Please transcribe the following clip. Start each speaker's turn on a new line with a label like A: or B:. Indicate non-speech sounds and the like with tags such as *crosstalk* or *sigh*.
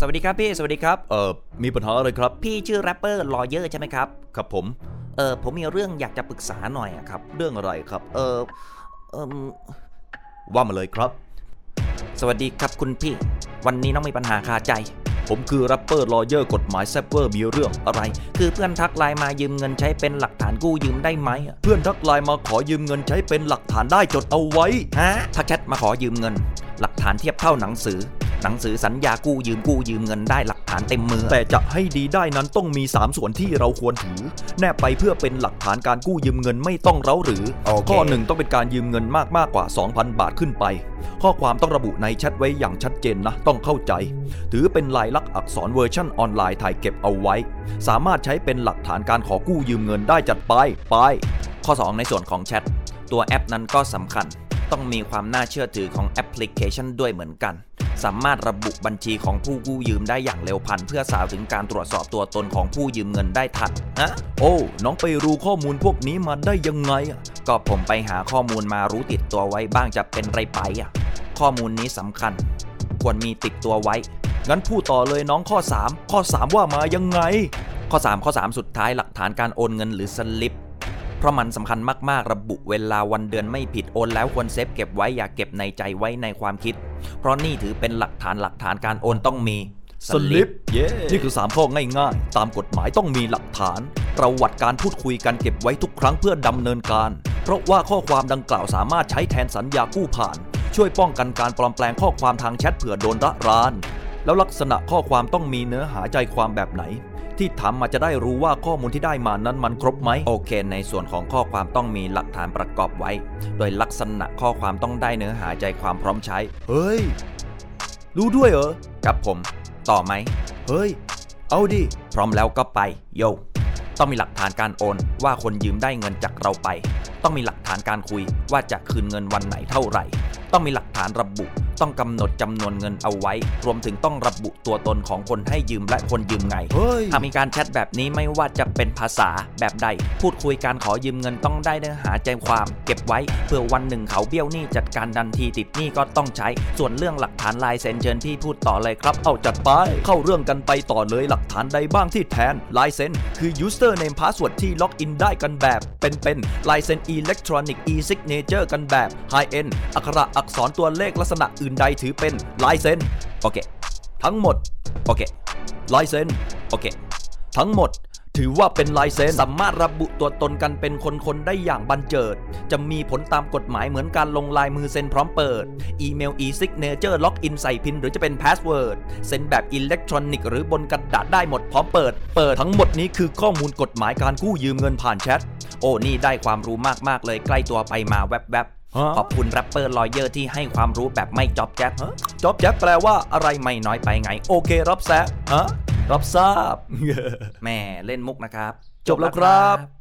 A: สวัสดีครับพี่สวัสดีครับเออมีปัญหาอะไรครับ พี่ชื่อแรปเปอร์ลอเยอร์ใช่ไหมครับครับผมเออผมมีเรื่องอยากจะปรึกษาหน่อยอะครับ เรื่องอะไรครับ เออเอมว่ามาเลยครับ สวัสดีครับคุณพี่ วันนี้น้องมีปัญหาคาใจ ผมคือแรปเปอร์ลอเยอร์กฎหมายแซปเปอร์มีเรื่องอะไร คือเพื่อนทักไลน์มายืมเงินใช้เป็นหลักฐานกู้ยืมได้ไหมเพื่อนทักไลน์มาขอยืมเงินใช้เป็นหลักฐานได้จดเอาไว้ฮะทักแชทมาขอยืมเงิน หลักฐานเทียบเท่าหนังสือ หนังสือสัญญากู้ยืมกู้ยืมเงินได้หลักฐานเต็มมือ
B: แต่จะให้ดีได้นั้นต้องมี 3 ส่วนที่เราควรถือ แนบไปเพื่อเป็นหลักฐานการกู้ยืมเงินไม่ต้องเร้าหรือ
A: โอเค
B: ข้อ 1 ต้องเป็นการยืมเงินมากมากกว่า 2,000 บาทขึ้นไป ข้อความต้องระบุในแชทไว้อย่างชัดเจนนะ ต้องเข้าใจ ถือเป็นลายลักษณ์อักษรเวอร์ชั่นออนไลน์ถ่ายเก็บเอาไว้ สามารถใช้เป็นหลักฐานการขอกู้ยืมเงินได้จัดไปไป
A: ข้อ 2 ในส่วนของแชท ตัวแอปนั้นก็สำคัญ ต้องมีความน่าเชื่อถือของแอปพลิเคชันด้วยเหมือนกัน สามารถระบุบัญชีของผู้กู้ยืมได้อย่างเร็วพลัน เพื่อสาวถึงการตรวจสอบตัวตนของผู้ยืมเงินได้ทันฮะ
B: โอ้ น้องไปรู้ข้อมูลพวกนี้มาได้ยังไงอะ
A: ก็ผมไปหาข้อมูลมารู้ติดตัวไว้บ้างจะเป็นไรไปอ่ะ ข้อมูลนี้สำคัญ ควรมีติดตัวไว้
B: งั้นพูดต่อเลยน้องข้อ 3 ข้อ 3 ว่ามายังไง
A: ข้อ 3 ข้อ 3 สุดท้ายหลักฐานการโอนเงินหรือสลิป เพราะมันสำคัญมากๆ ระบุเวลาวันเดือนไม่ผิดโอนแล้วควรเซฟเก็บไว้อย่าเก็บในใจไว้ในความคิด เพราะนี่ถือเป็นหลักฐานหลักฐานการโอนต้องมี
B: สลิป เย้ นี่คือ 3 ข้อง่ายๆ ตามกฎหมายต้องมีหลักฐาน ประวัติการพูดคุยกันเก็บไว้ทุกครั้งเพื่อดำเนินการ เพราะว่าข้อความดังกล่าวสามารถใช้แทนสัญญากู้ผ่าน ช่วยป้องกันการปลอมแปลงข้อความทางแชทเผื่อโดนระราน แล้วลักษณะข้อความต้องมีเนื้อหาใจความแบบไหน ที่ถามมาจะได้รู้ว่าข้อมูลที่ได้มานั้นมันครบไหม
A: โอเค ในส่วนของข้อความต้องมีหลักฐานประกอบไว้ โดยลักษณะข้อความต้องได้เนื้อหาใจความพร้อมใช้
B: เฮ้ย รู้ด้วยเหรอ
A: กับผม ต่อไหม
B: เฮ้ย เอาดิ
A: พร้อมแล้วก็ไปโยต้องมีหลักฐานการโอนว่าคนยืมได้เงินจากเราไป ต้องมีหลักฐานการคุยว่าจะคืนเงินวันไหนเท่าไหร่ ต้องมีหลักฐานระบุ ต้องกำหนดจำนวนเงินเอาไว้ รวมถึงต้องระบุตัวตนของคนให้ยืมและคนยืมไง
B: เฮ้ย
A: หากมีการแชทแบบนี้ไม่ว่าจะเป็นภาษาแบบใด พูดคุยการขอยืมเงินต้องได้เนื้อหาใจความ เก็บไว้เพื่อวันหนึ่งเขาเบี้ยวหนี้จัดการดันทีติดหนี้ก็ต้องใช้ ส่วนเรื่องหลักฐานลายเซ็นเชิญพี่พูดต่อเลยครับ
B: เอาจัดไป เข้าเรื่องกันไปต่อเลยหลักฐานใดบ้างที่แทนลายเซ็นคือ user name password ที่ล็อกอินได้กันแบบเป็นๆลายเซ็น electronic e signature กันแบบ high end อักขระอักษรตัวเลขลักษณะอื่นใดถือเป็นลายเซ็น
A: โอเค
B: ทั้งหมด
A: โอเค
B: ลายเซ็น
A: โอเค
B: ทั้งหมด ถือว่าเป็นลายเซ็นสามารถระบุตัวตนกันเป็นคนๆได้อย่างบันเจิด จะมีผลตามกฎหมายเหมือนการลงลายมือเซ็นพร้อมเปิด อีเมล e signature ล็อกอินใส่พินหรือจะเป็น password เซ็นแบบอิเล็กทรอนิกส์หรือบนกระดาษได้หมดพร้อมเปิด เปิดทั้งหมดนี้คือข้อมูลกฎหมายการกู้ยืมเงินผ่านแชท
A: โอ้นี่ได้ความรู้มากๆเลยใกล้ตัวไปมาแวบ
B: ฮะ
A: ๆขอบคุณแรปเปอร์ลอยเยอร์ที่ให้ความรู้แบบไม่จอบแจ๊บ
B: จ็อบแจ๊บแปลว่าอะไร
A: ไม่น้อยไปไง
B: โอเครับแซะฮะรับทราบ *laughs*
A: แม่เล่นมุกนะครับ
B: จบแล้วครับ